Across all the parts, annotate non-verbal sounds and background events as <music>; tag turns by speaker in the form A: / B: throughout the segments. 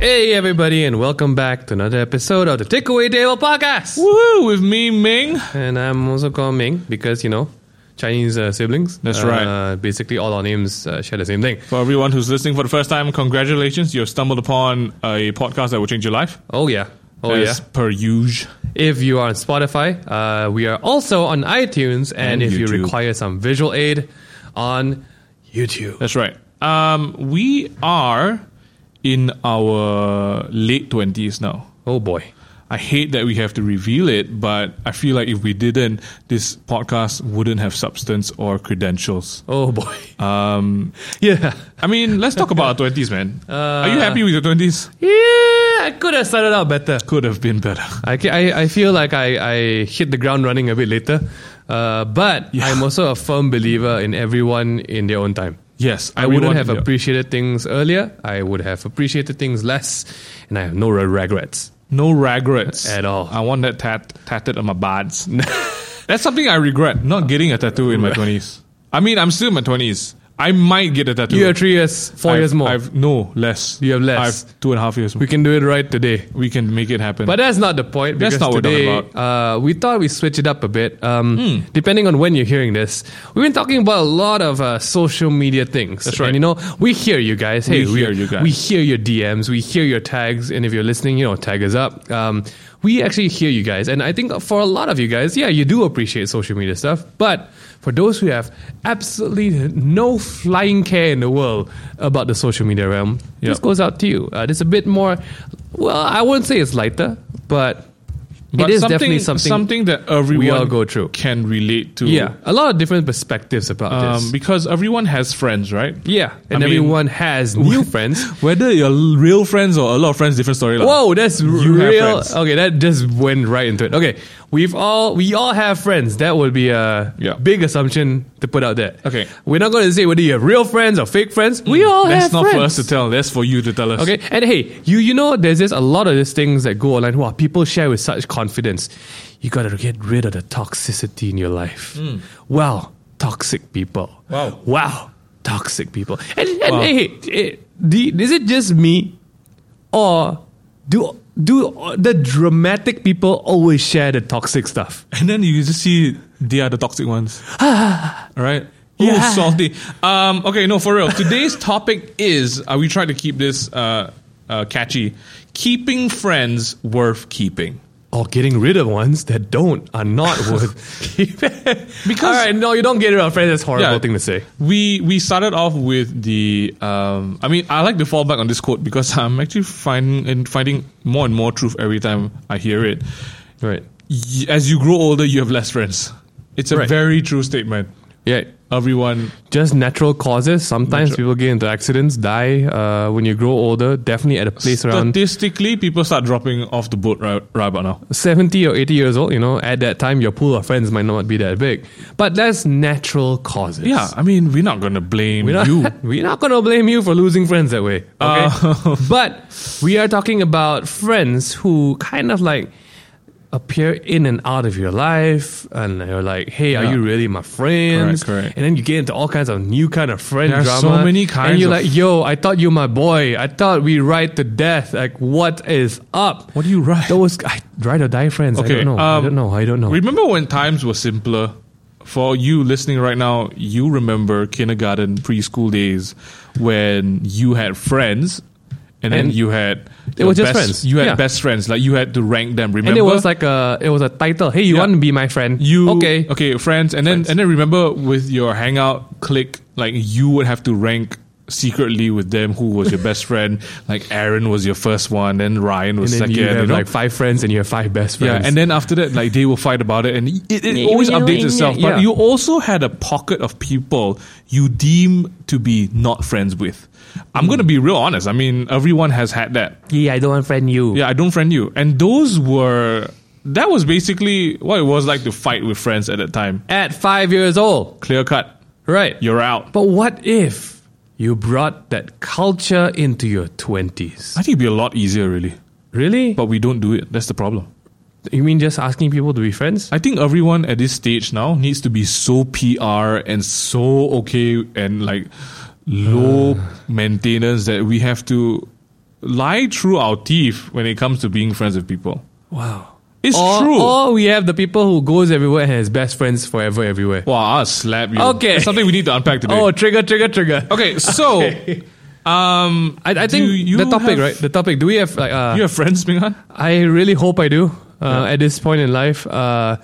A: Hey, everybody, and welcome back to another episode of the Takeaway Table Podcast.
B: Woohoo! With me, Ming.
A: And I'm also called Ming because, you know, Chinese uh, siblings.
B: That's
A: Uh,
B: right.
A: Basically, all our names uh, share the same thing.
B: For everyone who's listening for the first time, congratulations! You have stumbled upon a podcast that will change your life.
A: Oh, yeah. Oh,
B: as
A: yeah.
B: per usual.
A: If you are on Spotify, uh, we are also on iTunes, and,
B: And
A: if you
B: YouTube.
A: require some visual aid, on YouTube.
B: That's right. Um, we are in our late twenties now.
A: Oh, boy.
B: I hate that we have to reveal it, but I feel like if we didn't, this podcast wouldn't have substance or credentials.
A: Oh, boy. <laughs>
B: Um,
A: yeah.
B: I mean, let's talk about our twenties, <laughs> man. Are you happy with your twenties?
A: Yeah, I could have started out better.
B: Could have been better.
A: I, ca- I, I feel like I, I hit the ground running a bit later, uh, but
B: Yeah.
A: I'm also a firm believer in everyone in their own time.
B: Yes,
A: I wouldn't
B: everyone
A: have
B: in the-
A: appreciated things earlier. I would have appreciated things less, and I have no re- regrets.
B: No regrets
A: At all.
B: I want that tat- tatted on my buds. <laughs> That's something I regret, not getting a tattoo in my 20s. I mean, I'm still in my 20s. I might get a tattoo.
A: You have three years, 4
B: I've-
A: years more.
B: I've no less.
A: You have less.
B: I've two and a half years.
A: we
B: We,
A: can do it right today.
B: we can make it happen.
A: But that's not the point.
B: That's
A: because
B: not what we're
A: today,
B: talking
A: Uh, we thought we switch it up a bit. Um,
B: Hmm.
A: Depending on when you're hearing this, we've been talking about a lot of uh, social media things.
B: That's
A: And
B: right.
A: you know, we hear you guys. Hey,
B: We hear you guys.
A: We hear your DMs. We hear your tags. And if you're listening, you know, tag us up. Um, we actually hear you guys. And I think for a lot of you guys, yeah, you do appreciate social media stuff. But for those who have absolutely no flying care in the world about the social media realm, this
B: Yep.
A: goes out to you. Uh, it's a bit more, well, I wouldn't say it's lighter, but,
B: But
A: it is definitely something.
B: that everyone
A: all go through.
B: can relate to.
A: yeah, a lot of different perspectives about
B: Um,
A: this.
B: because everyone has friends, right?
A: yeah,
B: I
A: and
B: mean-
A: everyone has new friends.
B: Whether you're real friends or a lot of friends, different story. lah.
A: Whoa, that's
B: have
A: real.
B: friends.
A: Okay, that just went right into it. Okay, we've all we all have friends. That would be a
B: Yeah.
A: big assumption to put out there.
B: Okay.
A: we're not going to say whether you have real friends or fake friends. We all
B: That's
A: have
B: not
A: friends.
B: for us to tell. That's for you to tell us.
A: Okay, and hey, you you know there's just a lot of these things that go online. Wow, people share with such confidence. You gotta get rid of the toxicity in your life. Wow, toxic people.
B: Hmm. Wow.
A: wow, toxic people. And, and
B: Wow.
A: hey, hey, eh, do, is it just me, or do do the dramatic people always share the toxic stuff?
B: And then you just see they are the toxic
A: <laughs>
B: ones. Alright?
A: Yeah.
B: Oh, salty. Um, okay, no, for real. Today's <laughs> topic is uh, we try to keep this uh, uh, catchy. Keeping friends worth keeping.
A: Or getting rid of ones that don't are not
B: <laughs>
A: worth keeping.
B: Because-
A: all right, no, you don't get rid of friends. That's a horrible
B: Yeah.
A: thing to say.
B: We we started off with the um, I mean I like to fall back on this quote because <laughs> I'm actually finding and finding more and more truth every time I hear it.
A: Right.
B: Y- As you grow older, you have less friends. It's a
A: Right.
B: very true statement.
A: Yeah.
B: Everyone
A: just natural causes. Sometimes people get into accidents, die uh, when you grow older. Definitely at a place around
B: statistically people start dropping off the boat right, right about now.
A: 70 or 80 years old, you know, at that time, your pool of friends might not be that big. But that's natural causes.
B: Yeah, I mean, we're not going to blame
A: We're not,
B: you.
A: we're not going to blame you for losing friends that way. Okay.
B: <laughs> Uh,
A: but we are talking about friends who kind of like appear in and out of your life and you're like hey are
B: Yeah.
A: you really my friends
B: Correct, correct.
A: and then you get into all kinds of new kind of friend
B: There are
A: drama
B: so many
A: and
B: kinds
A: you're
B: of-
A: like yo i thought you my boy i thought we ride to death like <laughs> what is up
B: What do you write?
A: those I, ride or die friends i don't know i
B: um,
A: don't know i don't know
B: Remember when times were simpler? For you listening right now, you remember kindergarten, preschool days when you had friends, and, then
A: And
B: you had
A: they
B: your
A: were just
B: best-
A: friends.
B: You had
A: Yeah.
B: best friends, like you had to rank them. Remember,
A: and it was like a it was a title hey you
B: Yeah.
A: want to be my friend
B: you
A: okay
B: okay friends, and then
A: Friends.
B: and then remember with your hangout click, like you would have to rank secretly with them who was your best friend. <laughs> Like Aaron was your first one, then Ryan
A: and
B: was
A: then
B: second.
A: you have
B: you know?
A: like five friends and you have five best friends
B: Yeah, and then after that, like they will fight about it, and it, it
A: Yeah,
B: always
A: yeah,
B: updates
A: yeah,
B: itself.
A: yeah.
B: But you also had a pocket of people you deem to be not friends with. I'm gonna be real honest. I mean, everyone has had that.
A: yeah i don't want to friend you
B: Yeah, I don't friend you, and those were that was basically what it was like to fight with friends at that time.
A: at five years old
B: Clear cut,
A: Right.
B: you're out.
A: but what if you brought that culture into your 20s?
B: I think it'd be a lot easier, really.
A: Really?
B: But we don't do it. That's the problem.
A: You mean just asking people to be friends?
B: I think everyone at this stage now needs to be so PR and so okay and like low
A: Uh.
B: maintenance that we have to lie through our teeth when it comes to being friends with people.
A: Wow.
B: It's
A: Or,
B: true.
A: or we have the people who goes everywhere and has best friends forever everywhere.
B: wow, I'll slap you.
A: Okay.
B: It's something we need to unpack today.
A: Oh, trigger, trigger, trigger.
B: okay,
A: <laughs>
B: so um
A: I, I think
B: Do you
A: the topic,
B: have-
A: right? The topic. Do we have like? Uh,
B: you have friends, Minghan?
A: I really hope I do. Uh, At this point in life, uh,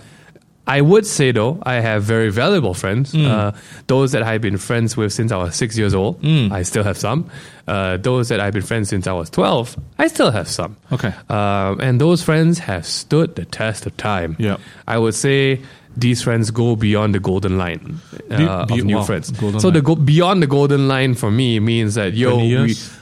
A: I would say though I have very valuable friends.
B: Mm.
A: Uh, those that I've been friends with since I was six years old,
B: Mm.
A: I still have some. Uh, those that I've been friends since I was twelve, I still have some.
B: Okay.
A: Um, and those friends have stood the test of time.
B: Yeah.
A: I would say these friends go beyond the golden line uh,
B: Be- be-
A: of new
B: wow,
A: friends.
B: golden
A: so the go- beyond the golden line for me means that yo,
B: 20
A: we,
B: years?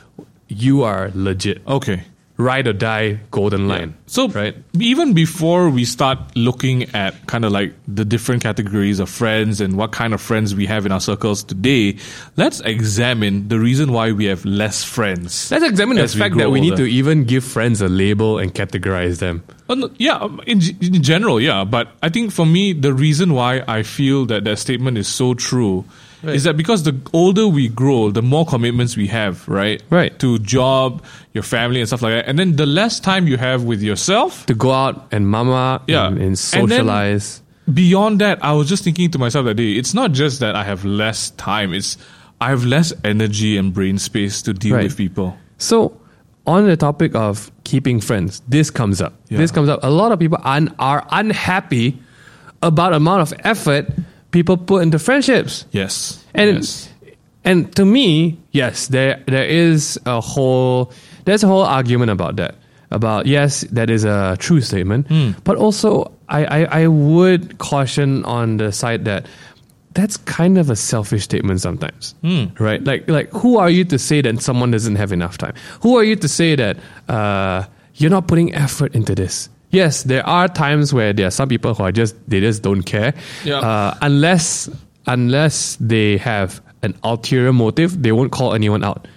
A: you are legit,
B: Okay.
A: ride or die golden line.
B: So
A: right,
B: even before we start looking at kind of like the different categories of friends and what kind of friends we have in our circles today, let's examine the reason why we have less friends.
A: let's examine the
B: As we
A: fact
B: grow
A: that we need
B: older.
A: to even give friends a label and categorize them.
B: Uh, no, yeah, um, in, g- in general, yeah. But I think for me, the reason why I feel that that statement is so true is that because the older we grow, the more commitments we have, right?
A: Right.
B: To job, your family, and stuff like that. And then the less time you have with yourself,
A: To go out and mama
B: Yeah.
A: and, and
B: And then-
A: socialize.
B: beyond that, I was just thinking to myself that day, it's not just that I have less time, it's I have less energy and brain space to deal
A: Right.
B: with people.
A: So, on the topic of keeping friends, this comes up. This comes up. A lot of people un- are unhappy about amount of effort people put into friendships.
B: Yes.
A: And
B: yes.
A: and to me, yes, there there is a whole there's a whole argument about that. About yes, that is a true statement.
B: Hmm.
A: But also I, I, I would caution on the side that that's kind of a selfish statement sometimes.
B: Hmm.
A: Right? Like like who are you to say that someone doesn't have enough time? Who are you to say that uh, you're not putting effort into this? Yes, there are times where there are some people who are just they just don't care.
B: Yeah.
A: Uh, uh, unless unless they have an ulterior motive, they won't call anyone out.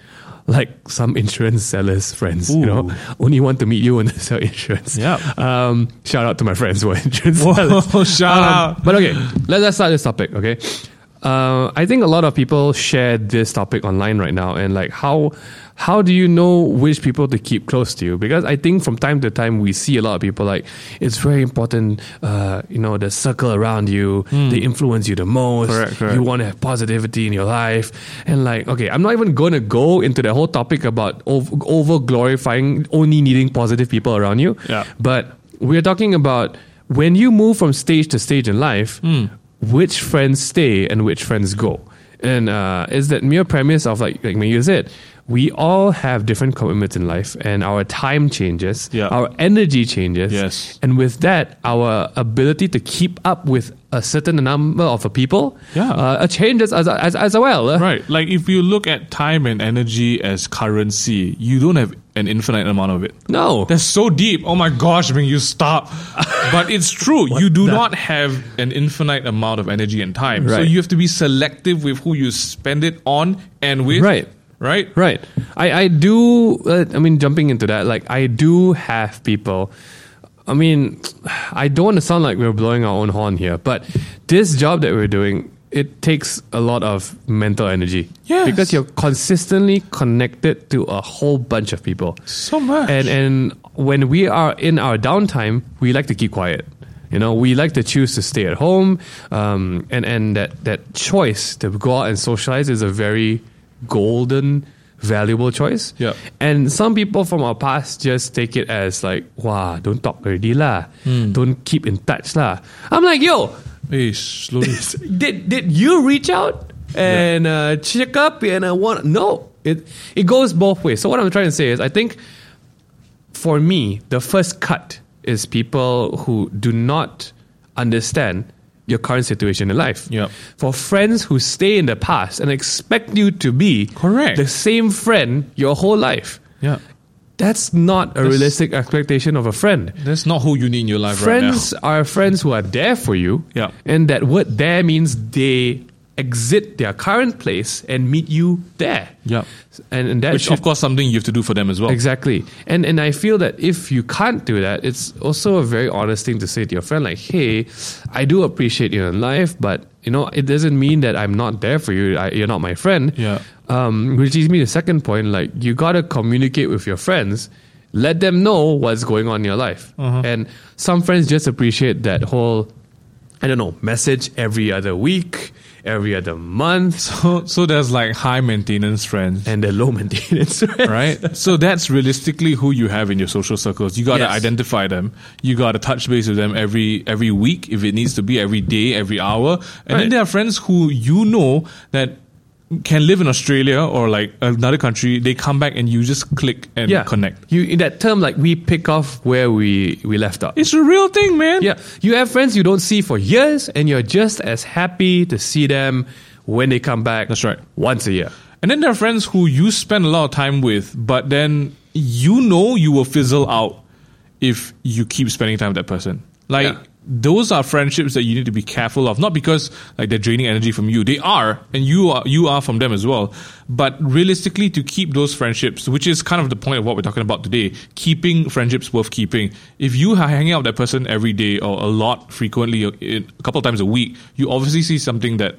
A: Like some insurance sellers' friends, you know, only want to meet you when they sell insurance.
B: Yeah.
A: Um, shout out to my friends who are insurance sellers.
B: Whoa, <laughs> shout
A: Um,
B: out.
A: But okay, let, us start this topic. Okay, uh, I think a lot of people share this topic online right now, and like how how do you know which people to keep close to you? Because I think from time to time we see a lot of people like it's very important. Uh, you know, the circle around you, they influence you the most.
B: Hmm. Correct, correct.
A: You want to have positivity in your life, and like okay, I'm not even going to go into the whole topic about over glorifying only needing positive people around you.
B: Yeah.
A: But we're talking about when you move from stage to stage in life,
B: Hmm.
A: which friends stay and which friends go. And uh, is that mere premise of like like Mayu said, we all have different commitments in life, and our time changes,
B: Yeah.
A: our energy changes,
B: Yes.
A: and with that, our ability to keep up with a certain number of people,
B: Yeah.
A: uh, changes as as as well. eh?
B: Right. Like if you look at time and energy as currency, you don't have an infinite amount of it.
A: No,
B: That's so deep. Oh my gosh, I mean, you
A: <laughs>
B: stop. But it's true. you do not have an infinite amount of energy and time. So
A: Right.
B: you have to be selective with who you spend it on and with.
A: Right.
B: Right?
A: Right. I I do. Uh, I mean, jumping into that, like I do have people. I mean, I don't want to sound like we're blowing our own horn here, but this job that we're doing it takes a lot of mental energy.
B: Yes.
A: Because you're consistently connected to a whole bunch of people.
B: So much.
A: And and when we are in our downtime, we like to keep quiet. You know, we like to choose to stay at home, um, and and that that choice to go out and socialize is a very golden, valuable choice.
B: Yeah.
A: And some people from our past just take it as like, "Wow, don't talk already lah, don't keep in touch lah." I'm like, "Yo, <laughs>
B: Hey, slowly.
A: did did you reach out and uh, check up and I want no it it goes both ways. So what I'm trying to say is I think for me the first cut is people who do not understand your current situation in life.
B: Yep.
A: For friends who stay in the past and expect you to be
B: Correct.
A: the same friend your whole life.
B: yeah.
A: That's not a realistic expectation of a friend
B: That's not who you need in your life right now.
A: friends are friends who are there for you.
B: Yeah.
A: And that word there means they exit their current place and meet you there.
B: Yeah.
A: And, and that
B: Which,
A: should
B: of course, something you have to do for them as well.
A: Exactly. And and I feel that if you can't do that, it's also a very honest thing to say to your friend, like, hey, I do appreciate you in life, but you know, it doesn't mean that I'm not there for you. I, you're not my friend.
B: Yeah.
A: Um, which leads me to the second point, like you gotta communicate with your friends. Let them know what's going on in your life. And some friends just appreciate that whole I don't know, message every other week, every other month,
B: So, so there's like high maintenance friends.
A: and the low maintenance, <laughs> right?
B: right? so that's realistically who you have in your social circles. You got to
A: Yes.
B: identify them. You got to touch base with them every every week if it needs to be every day, every hour. And then
A: Right.
B: there are friends who you know that can live in Australia or like another country. They come back and you just click and connect.
A: You in that term, like we pick off where we we left off.
B: It's a real thing, man.
A: Yeah, you have friends you don't see for years, and you're just as happy to see them when they come back.
B: That's right.
A: once a year.
B: And then there are friends who you spend a lot of time with, but then you know you will fizzle out if you keep spending time with that person. Like
A: Yeah.
B: those are friendships that you need to be careful of. Not because like they're draining energy from you. They are, and you are you are from them as well. But realistically to keep those friendships, which is kind of the point of what we're talking about today, keeping friendships worth keeping. If you are hanging out with that person every day or a lot frequently or in- a couple of times a week, you obviously see something that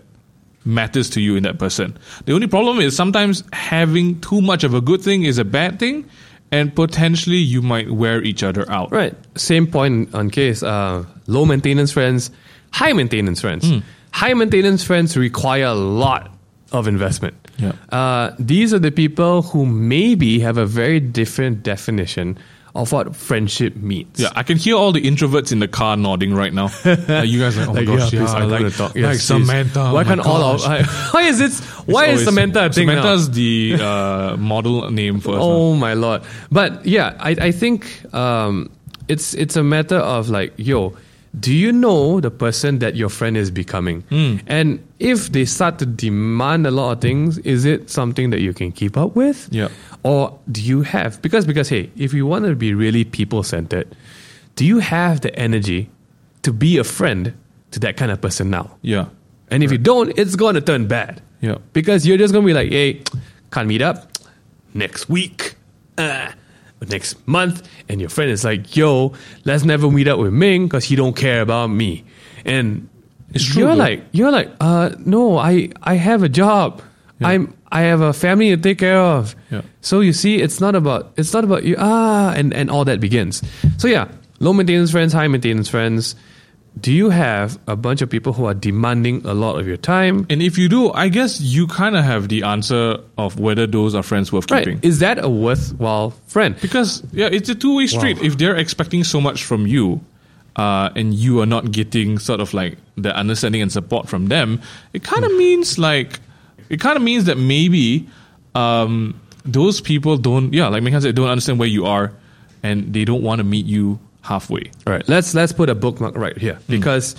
B: matters to you in that person. The only problem is sometimes having too much of a good thing is a bad thing, and potentially you might wear each other out.
A: Right. Same point on case. Uh, low maintenance friends, high maintenance friends.
B: Hmm.
A: High maintenance friends require a lot of investment.
B: Yeah.
A: Uh, these are the people who maybe have a very different definition of what friendship means.
B: Yeah, I can hear all the introverts in the car nodding
A: <laughs>
B: right now. Like, you guys are like, oh my gosh, yeah,
A: please, I
B: like,
A: wanna talk.
B: like
A: Yes, please.
B: Samantha. oh
A: Why
B: my
A: can't all of?
B: gosh.
A: I, <laughs> why is it? Why is
B: Always-
A: Samantha a thing now?
B: Samantha's the uh, model name for us. now.
A: Oh my lord! But yeah, I, I think um, it's it's a matter of like, yo, do you know the person that your friend is becoming?
B: Hmm.
A: And if they start to demand a lot of things, is it something that you can keep up with?
B: Yeah.
A: Or do you have because because hey, if you want to be really people centered, do you have the energy to be a friend to that kind of person now?
B: Yeah,
A: And if you don't, it's going to turn bad.
B: Yeah.
A: Because you're just going to be like, hey, can't meet up next week, uh, next month. And your friend is like, yo, let's never meet up with Ming because he don't care about me. And
B: It's true,
A: you're
B: though.
A: like, you're like, uh, no, I, I have a job. I'm, I have a family to take care of.
B: Yeah.
A: So you see, it's not about, it's not about you. Ah, and, and all that begins. So yeah, low maintenance friends, high maintenance friends. Do you have a bunch of people who are demanding a lot of your time?
B: and if you do, I guess you kind of have the answer of whether those are friends worth keeping.
A: Right. Is that a worthwhile friend?
B: Because yeah, it's a two way street. If they're expecting so much from you, uh, and you are not getting sort of like the understanding and support from them, it kind of means like it kind of means that maybe um, those people don't yeah, like Megan said, don't understand where you are, and they don't want to meet you halfway.
A: All right. Let's let's put a bookmark right here because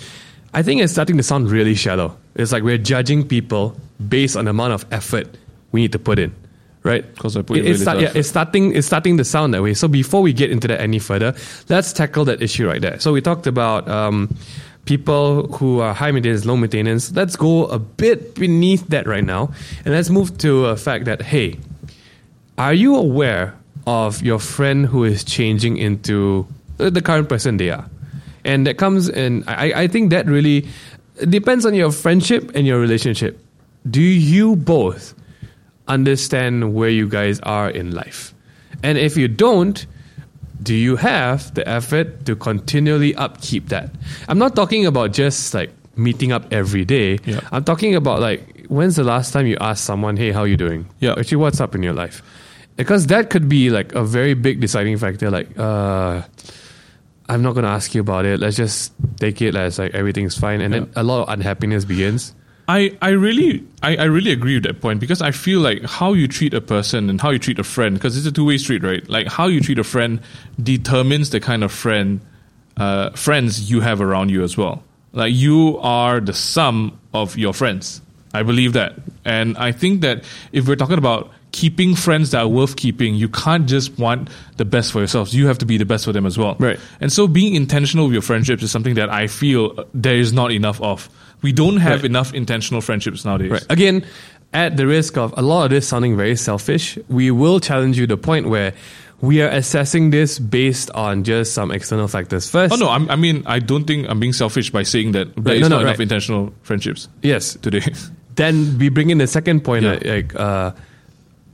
A: I think it's starting to sound really shallow. It's like we're judging people based on the amount of effort we need to put in, right?
B: 'Cause I put in
A: it's,
B: really
A: start-
B: little
A: yeah, it's starting it's starting to sound that way. So before we get into that any further, let's tackle that issue right there. So we talked about um, people who are high maintenance, low maintenance. Let's go a bit beneath that right now, and let's move to a fact that hey, Are you aware of your friend who is changing into uh, the current person they are? And that comes in, I, I think that really depends on your friendship and your relationship. Do you both understand where you guys are in life? And if you don't, do you have the effort to continually upkeep that? I'm not talking about just like meeting up every day.
B: Yeah.
A: I'm talking about like when's the last time you asked someone, "Hey, how you doing?"
B: Yeah.
A: actually, what's up in your life? Because that could be like a very big deciding factor. Like, uh, I'm not gonna ask you about it. Let's just take it as like everything's fine, and then a lot of unhappiness begins.
B: I, I really I, I really agree with that point because I feel like how you treat a person and how you treat a friend because it's a two way street right like how you treat a friend determines the kind of friend uh, friends you have around you as well like you are the sum of your friends I believe that and I think that if we're talking about keeping friends that are worth keeping you can't just want the best for yourselves you have to be the best for them as well
A: Right.
B: and so being intentional with your friendships is something that I feel there is uh, not enough of. We don't have
A: Right.
B: enough intentional friendships nowadays.
A: Right. Again, at the risk of a lot of this sounding very selfish, we will challenge you to the point where we are assessing this based on just some external factors first.
B: Oh no, I'm, I mean I don't think I'm being selfish by saying that there is
A: no, no,
B: not enough
A: right.
B: intentional friendships
A: Yes.
B: today. <laughs>
A: Then we bring in the second point,
B: Yeah.
A: like- like, uh,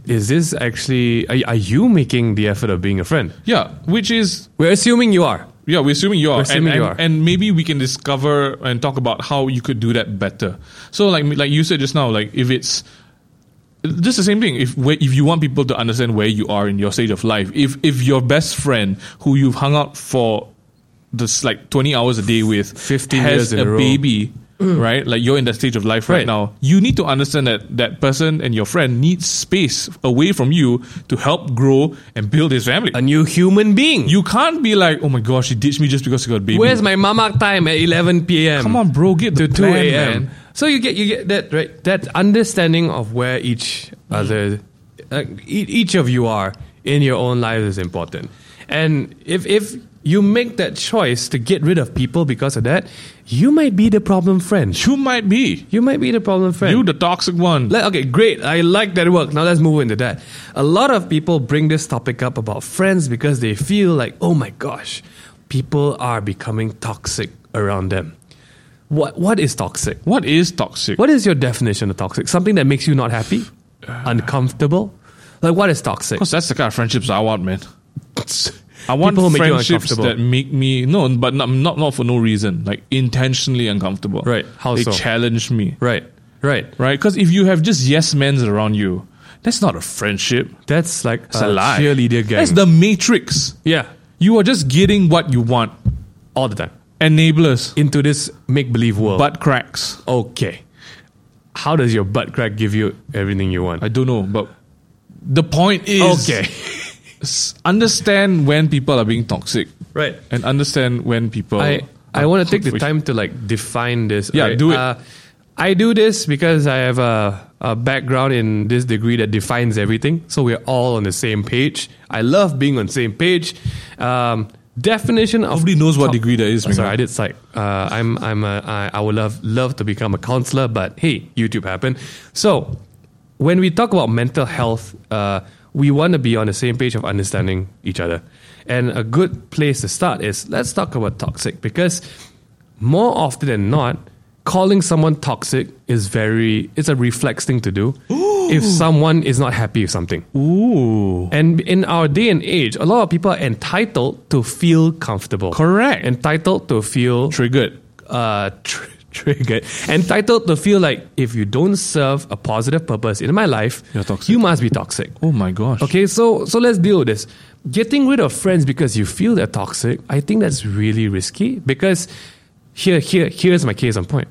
A: is this actually, are, are you making the effort of being a friend?
B: yeah, which is
A: We're assuming you are.
B: Yeah, we're assuming you are.
A: assuming
B: and,
A: you
B: and,
A: are.
B: and maybe we can discover and talk about how you could do that better. So, like, like you said just now, like if it's just the same thing. If where- if you want people to understand where you are in your stage of life, if if your best friend who you've hung out for this like twenty hours a day with,
A: 15
B: has
A: years in
B: a
A: a row.
B: baby, right? Like you're in that stage of life right,
A: Right.
B: now. You need to understand that that person and your friend needs space away from you to help grow and build his family.
A: A new human being.
B: You can't be like, oh my gosh, she ditched me just because she got a baby.
A: Where's my mamak time at 11 p.m.?
B: Come on, bro, get the
A: to 2
B: plan,
A: a.m.
B: man.
A: So you get you get that right that understanding of where each other uh, e- each of you are in your own lives is important. And if if you make that choice to get rid of people because of that, you might be the problem friend.
B: You might be.
A: You might be the problem friend.
B: You the toxic one.
A: Let- okay, great. I like that work. Now let's move into that. A lot of people bring this topic up about friends because they feel like, oh my gosh, people are becoming toxic around them. What what is toxic?
B: What is toxic?
A: What is your definition of toxic? Something that makes you not
B: <sighs>
A: happy, uncomfortable. Like what is
B: <laughs>
A: toxic?
B: Because that's the kind of friendships I want, man. I want
A: People who make you
B: friendships
A: uncomfortable.
B: that make me no, but not, not not for no reason, like intentionally uncomfortable.
A: Right. How
B: they
A: so?
B: challenge me.
A: Right, right.
B: Right. Because if you have just yes men's around you, that's not a friendship.
A: That's like
B: It's a lie.
A: Uh, cheerleader gang.
B: That's the matrix.
A: yeah,
B: You are just getting what you want.
A: all the time
B: Enablers,
A: into this make believe world.
B: butt cracks.
A: okay, how does your butt crack give you everything you want?
B: I don't know, but the point is
A: Okay,
B: s- understand when people are being toxic
A: right.
B: and understand when people
A: I I want to take the time to like define this.
B: Yeah,
A: Alright,
B: do it.
A: Uh, I do this because I have a, a background in this degree that defines everything, so we're all on the same page. I love being on the same page. Um, definition of
B: Nobody knows what degree that is.
A: Oh, Sorry, I
B: Mingau.
A: did psych. Uh, I'm I'm a, I, I would love love to become a counselor, but hey, YouTube happened. So when we talk about mental health, uh, we want to be on the same page of understanding each other. And a good place to start is let's talk about toxic because more often than not, calling someone toxic is very it's a reflex thing to do. if someone is not happy with something.
B: Ooh.
A: And in our day and age, a lot of people are entitled to feel comfortable.
B: Correct.
A: Entitled to feel
B: Triggered.
A: uh, tr- <laughs> triggered. Entitled to feel like if you don't serve a positive purpose in my life,
B: You're toxic.
A: you must be toxic.
B: Oh my gosh.
A: Okay, so so let's deal with this. Getting rid of friends because you feel they're toxic, I think that's really risky because here here here's my case on point.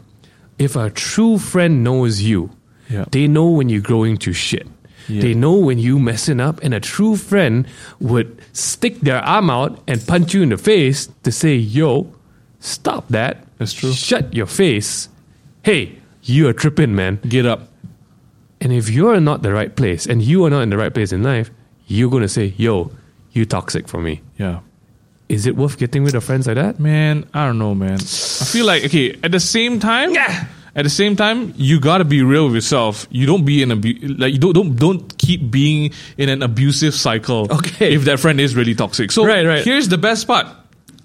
A: If a true friend knows you,
B: Yeah.
A: they know when you're growing to shit.
B: Yeah.
A: They know when you messing up, and a true friend would stick their arm out and punch you in the face to say, "Yo, stop that!
B: That's true.
A: Shut your face! Hey, you are tripping, man.
B: Get up.
A: And if you're not the right place and you are not in the right place in life, you're going to say, yo, you toxic for me.
B: Yeah.
A: Is it worth getting rid of friends like that?
B: Man, I don't know, man. I feel like okay, at the same time
A: Yeah.
B: at the same time, you gotta be real with yourself. You don't be in a like you don't don't don't keep being in an abusive cycle.
A: Okay.
B: If that friend is really toxic. So
A: Right, right.
B: here's the best part.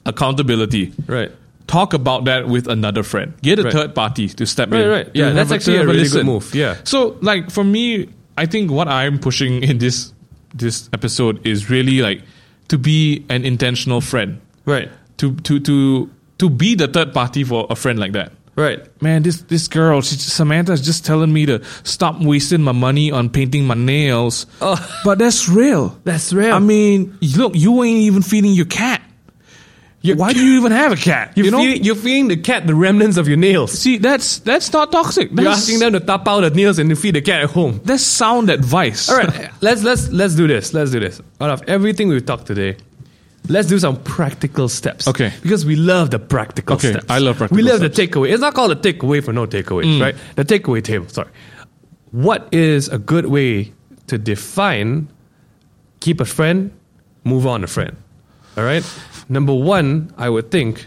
B: Accountability.
A: Right.
B: Talk about that with another friend. Get a
A: Right.
B: third party to step
A: Right,
B: in.
A: right. Yeah,
B: To have
A: that's actually a
B: third
A: really good
B: listen.
A: move. Yeah.
B: So like for me, I think what I'm pushing in this this episode is really like to be an intentional friend
A: Right.
B: to to to to be the third party for a friend like that.
A: Right.
B: Man, this this girl, she, Samantha's just telling me to stop wasting my money on painting my nails.
A: Oh.
B: <laughs> But that's real.
A: That's real.
B: I mean, look, you ain't even feeding your cat. Why do you even have a cat?
A: You're,
B: You know,
A: feeding, you're feeding the cat the remnants of your nails.
B: see, that's that's not toxic. That's,
A: You're asking them to tap out the nails and to feed the cat at home.
B: That's sound advice.
A: All right, let's let's let's do this. Let's do this. Out of everything we've talked today, let's do some practical steps.
B: Okay.
A: Because we love the practical
B: Okay,
A: steps.
B: I love practical Mm.
A: We love the takeaway. It's not called a takeaway for no takeaways, right? The takeaway table. Sorry. What is a good way to define keep a friend, move on a friend? All right. Number one, I would think,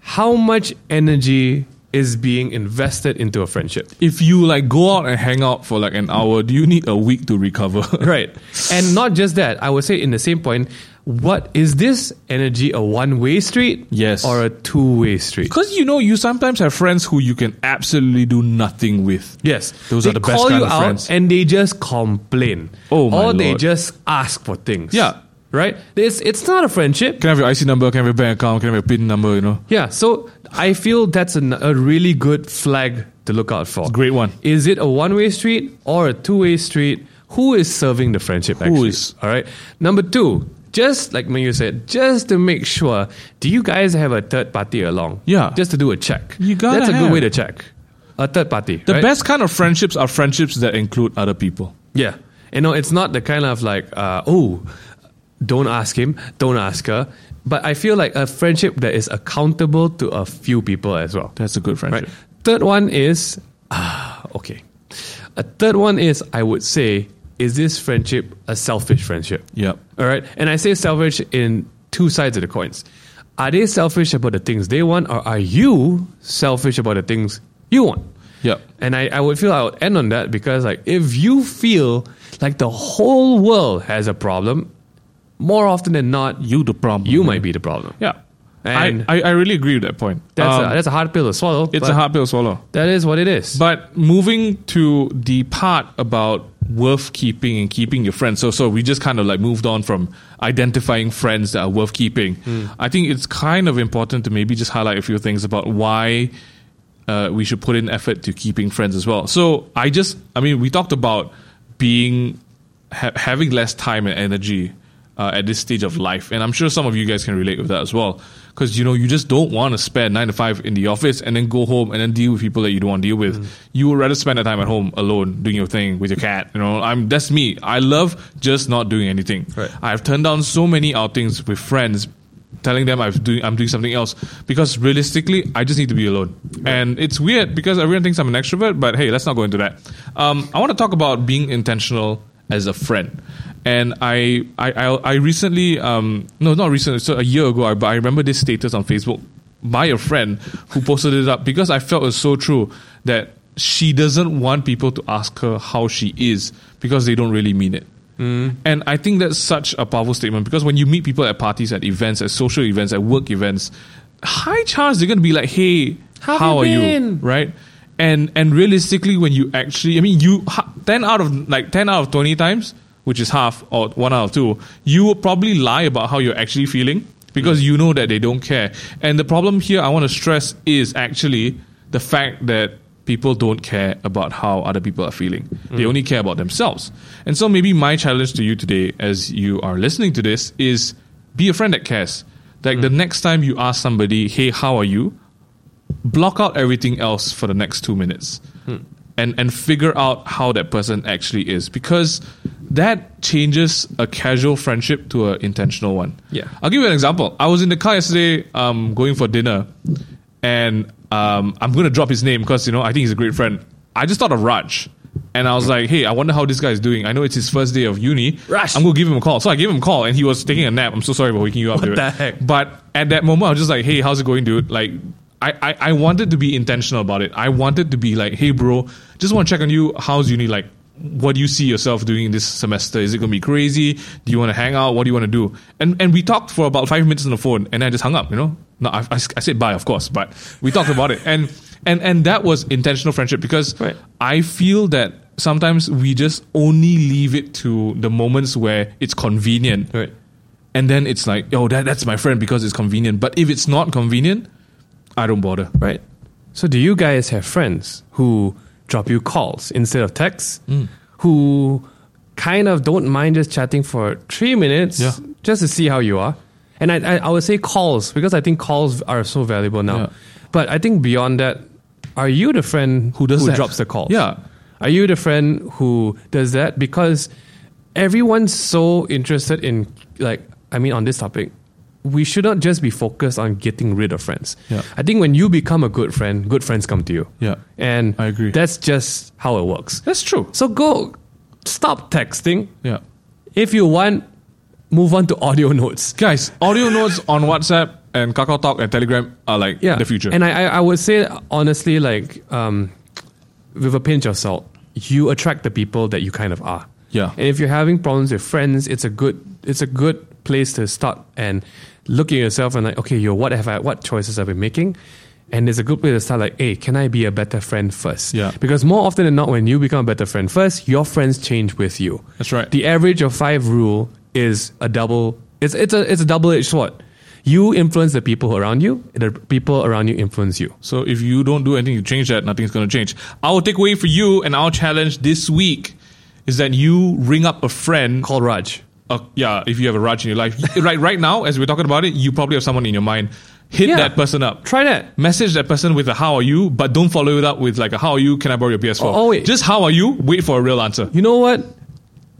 A: how much energy is being invested into a friendship.
B: <laughs> If you like go out and hang out for like an hour, do you need a week to recover? <laughs>
A: Right. And not just that, I would say in the same point, what is this energy a one way street?
B: Yes.
A: Or a two way street?
B: Because you know, you sometimes have friends who you can absolutely do nothing with.
A: Yes.
B: Those
A: They
B: are the best
A: call
B: kind
A: you
B: of
A: out
B: friends.
A: And they just complain.
B: Oh, my
A: Or they
B: lord.
A: just ask for things.
B: Yeah.
A: Right? It's, it's not a friendship.
B: Can I have your IC number? Can I have your bank account? Can I have your PIN number? You know,
A: Yeah, so I feel that's an, a really good flag to look out for.
B: great one.
A: Is it a one-way street or a two-way street? Who is serving the friendship? actually?
B: is-
A: all right? Number two, just like Mayu said, just to make sure, do you guys have a third party along?
B: Yeah.
A: just to do a check.
B: You gotta
A: That's a
B: have.
A: good way to check. A third party.
B: the
A: right?
B: best kind of friendships are friendships that include other people.
A: Yeah. You know, it's not the kind of like, uh, oh, don't ask him, don't ask her. But I feel like a friendship that is accountable to a few people as well.
B: That's a good friendship.
A: Right. Third one is ah okay. A third one is I would say is this friendship a selfish friendship?
B: Yep.
A: All right. And I say selfish in two sides of the coins. Are they selfish about the things they want, or are you selfish about the things you want?
B: Yep.
A: And I, I would feel I would end on that because like if you feel like the whole world has a problem, more often than not,
B: You the problem.
A: you might be the problem.
B: Mm-hmm. Yeah.
A: And-
B: I, I, I really agree with that point.
A: That's
B: Um,
A: a, that's a hard pill to swallow.
B: it's a hard pill to swallow.
A: that is what it is.
B: But moving to the part about worth keeping and keeping your friends. So so we just kind of like moved on from identifying friends that are worth keeping. I think it's kind of important to maybe just highlight a few things about why uh, we should put in effort to keeping friends as well. So I just I mean we talked about being ha- having less time and energy uh, at this stage of life, and I'm sure some of you guys can relate with that as well, because you know you just don't want to spend nine to five in the office and then go home and then deal with people that you don't want to deal with. You would rather spend the time at home alone doing your thing with your cat. You know, I'm that's me. I love just not doing anything.
A: Right.
B: I've turned down so many outings with friends, telling them I've doing I'm doing something else because realistically I just need to be alone. And it's weird because everyone thinks I'm an extrovert, but hey, let's not go into that. Um, I want to talk about being intentional as a friend. And I I I, I recently um, no not recently so a year ago I, but I remember this status on Facebook by a friend who posted it up because I felt it's so true that she doesn't want people to ask her how she is because they don't really mean it.
A: Mm.
B: And I think that's such a powerful statement because when you meet people at parties, at events, at social events, at work events, high chance they're going to be like, "Hey,
A: How
B: how,
A: have
B: are
A: you
B: you?"
A: been?
B: Mm. Right? And and realistically, when you actually, I mean, you ha- ten out of like ten out of twenty times, which is half or one out of two, you will probably lie about how you're actually feeling because you know that they don't care. And the problem here, I want to stress, is actually the fact that people don't care about how other people are feeling. They only care about themselves. And so maybe my challenge to you today as you are listening to this is be a friend that cares. Like the next time you ask somebody, "Hey, how are you?" block out everything else for the next 2 minutes.
A: Hmm.
B: And and figure out how that person actually is because that changes a casual friendship to an intentional one.
A: Yeah.
B: I'll give you an example. I was in the car yesterday, um, going for dinner, and um, I'm gonna drop his name because you know I think he's a great friend. I just thought of Raj, and I was like, hey, I wonder how this guy is doing. I know it's his first day of uni.
A: Raj.
B: I'm gonna give him a call. So I gave him a call, and he was taking a nap. I'm so sorry for waking you up.
A: What
B: dude.
A: the heck?
B: But at that moment, I was just like, hey, how's it going, dude? Like. I, I, I wanted to be intentional about it. I wanted to be like, hey, bro, just want to check on you. How's uni? Like, what do you see yourself doing this semester? Is it going to be crazy? Do you want to hang out? What do you want to do? And and we talked for about five minutes on the phone, and I just hung up. You know, no, I, I, I said bye, of course, but we talked about it, and and and that was intentional friendship because
A: Right.
B: I feel that sometimes we just only leave it to the moments where it's convenient,
A: Right.
B: and then it's like, oh, that that's my friend because it's convenient. But if it's not convenient, I don't bother.
A: Right. So, do you guys have friends who drop you calls instead of texts?
B: Hmm.
A: Who kind of don't mind just chatting for three minutes
B: Yeah.
A: just to see how you are? And I, I, I would say calls because I think calls are so valuable now.
B: Yeah.
A: But I think beyond that, are you the friend
B: Who does that?
A: drops the calls?
B: Yeah.
A: Are you the friend who does that? Because everyone's so interested in like I mean on this topic, we should not just be focused on getting rid of friends.
B: Yeah.
A: I think when you become a good friend, good friends come to you.
B: Yeah.
A: And
B: I agree.
A: That's just how it works.
B: That's true.
A: So go stop texting.
B: Yeah.
A: If you want, move on to audio <laughs> notes.
B: Guys, audio notes on WhatsApp and Kakao Talk and Telegram are like
A: yeah.
B: the future.
A: And I, I I would say honestly, like um, with a pinch of salt, you attract the people that you kind of are.
B: Yeah.
A: And if you're having problems with friends, it's a good it's a good place to start and look at yourself and like, okay, yo, what have I what choices have I been making? And it's a good place to start like, hey, can I be a better friend first?
B: Yeah.
A: Because more often than not, when you become a better friend first, your friends change with you.
B: That's right.
A: The average of five rule is a double. It's it's a it's a double edged sword. You influence the people around you. The people around you influence you.
B: So if you don't do anything to change that, nothing's going to change. Our takeaway for you and our challenge this week is that you ring up a friend.
A: Call Raj.
B: Uh, yeah, if you have a Raj in your life, <laughs> right, right now as we're talking about it, you probably have someone in your mind. Hit
A: Yeah.
B: that person up.
A: Try that.
B: Message that person with a how are you, but don't follow it up with like a how are you? Can I borrow your PS4?
A: Oh, oh, wait.
B: Just how are you? Wait for a real answer.
A: You know what?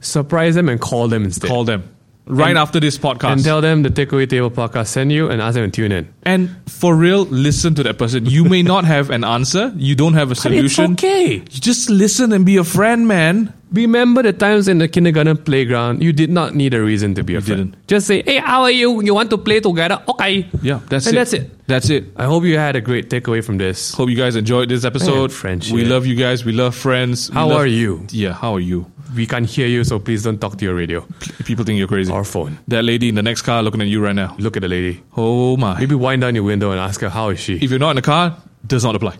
A: Surprise them and call them instead.
B: Call them right
A: And-
B: after this podcast.
A: and tell them the Takeaway Table podcast sent you and ask them to tune in.
B: And for real, listen to that person. You may not have an answer. You don't have a solution.
A: It's okay.
B: You just listen and be a friend, man.
A: Remember the times in the kindergarten playground, you did not need a reason to be a friend.
B: didn't.
A: Just say, hey, how are you? You want to play together? Okay.
B: Yeah, that's
A: and
B: it.
A: that's it.
B: That's it.
A: I hope you had a great takeaway from this.
B: Hope you guys enjoyed this episode.
A: friendship.
B: we love you guys. We love friends. We
A: How
B: love-
A: are you?
B: Yeah, how are you?
A: We can't hear you, so please don't talk to your radio
B: People think you're crazy.
A: or phone.
B: that lady in the next car looking at you right now.
A: Look at the lady.
B: Oh my.
A: Maybe wind down your window and ask her how is she.
B: If you're not in the car, does not apply.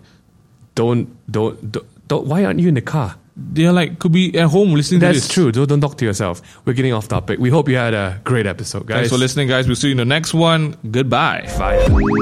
A: Don't don't don't. don't why aren't you in the car?
B: They're like, could be at home listening to
A: That's
B: this.
A: true. Don't, don't talk to yourself. We're getting off topic. We hope you had a great episode, guys.
B: Thanks for listening, guys. We'll see you in the next one. Goodbye.
A: Bye.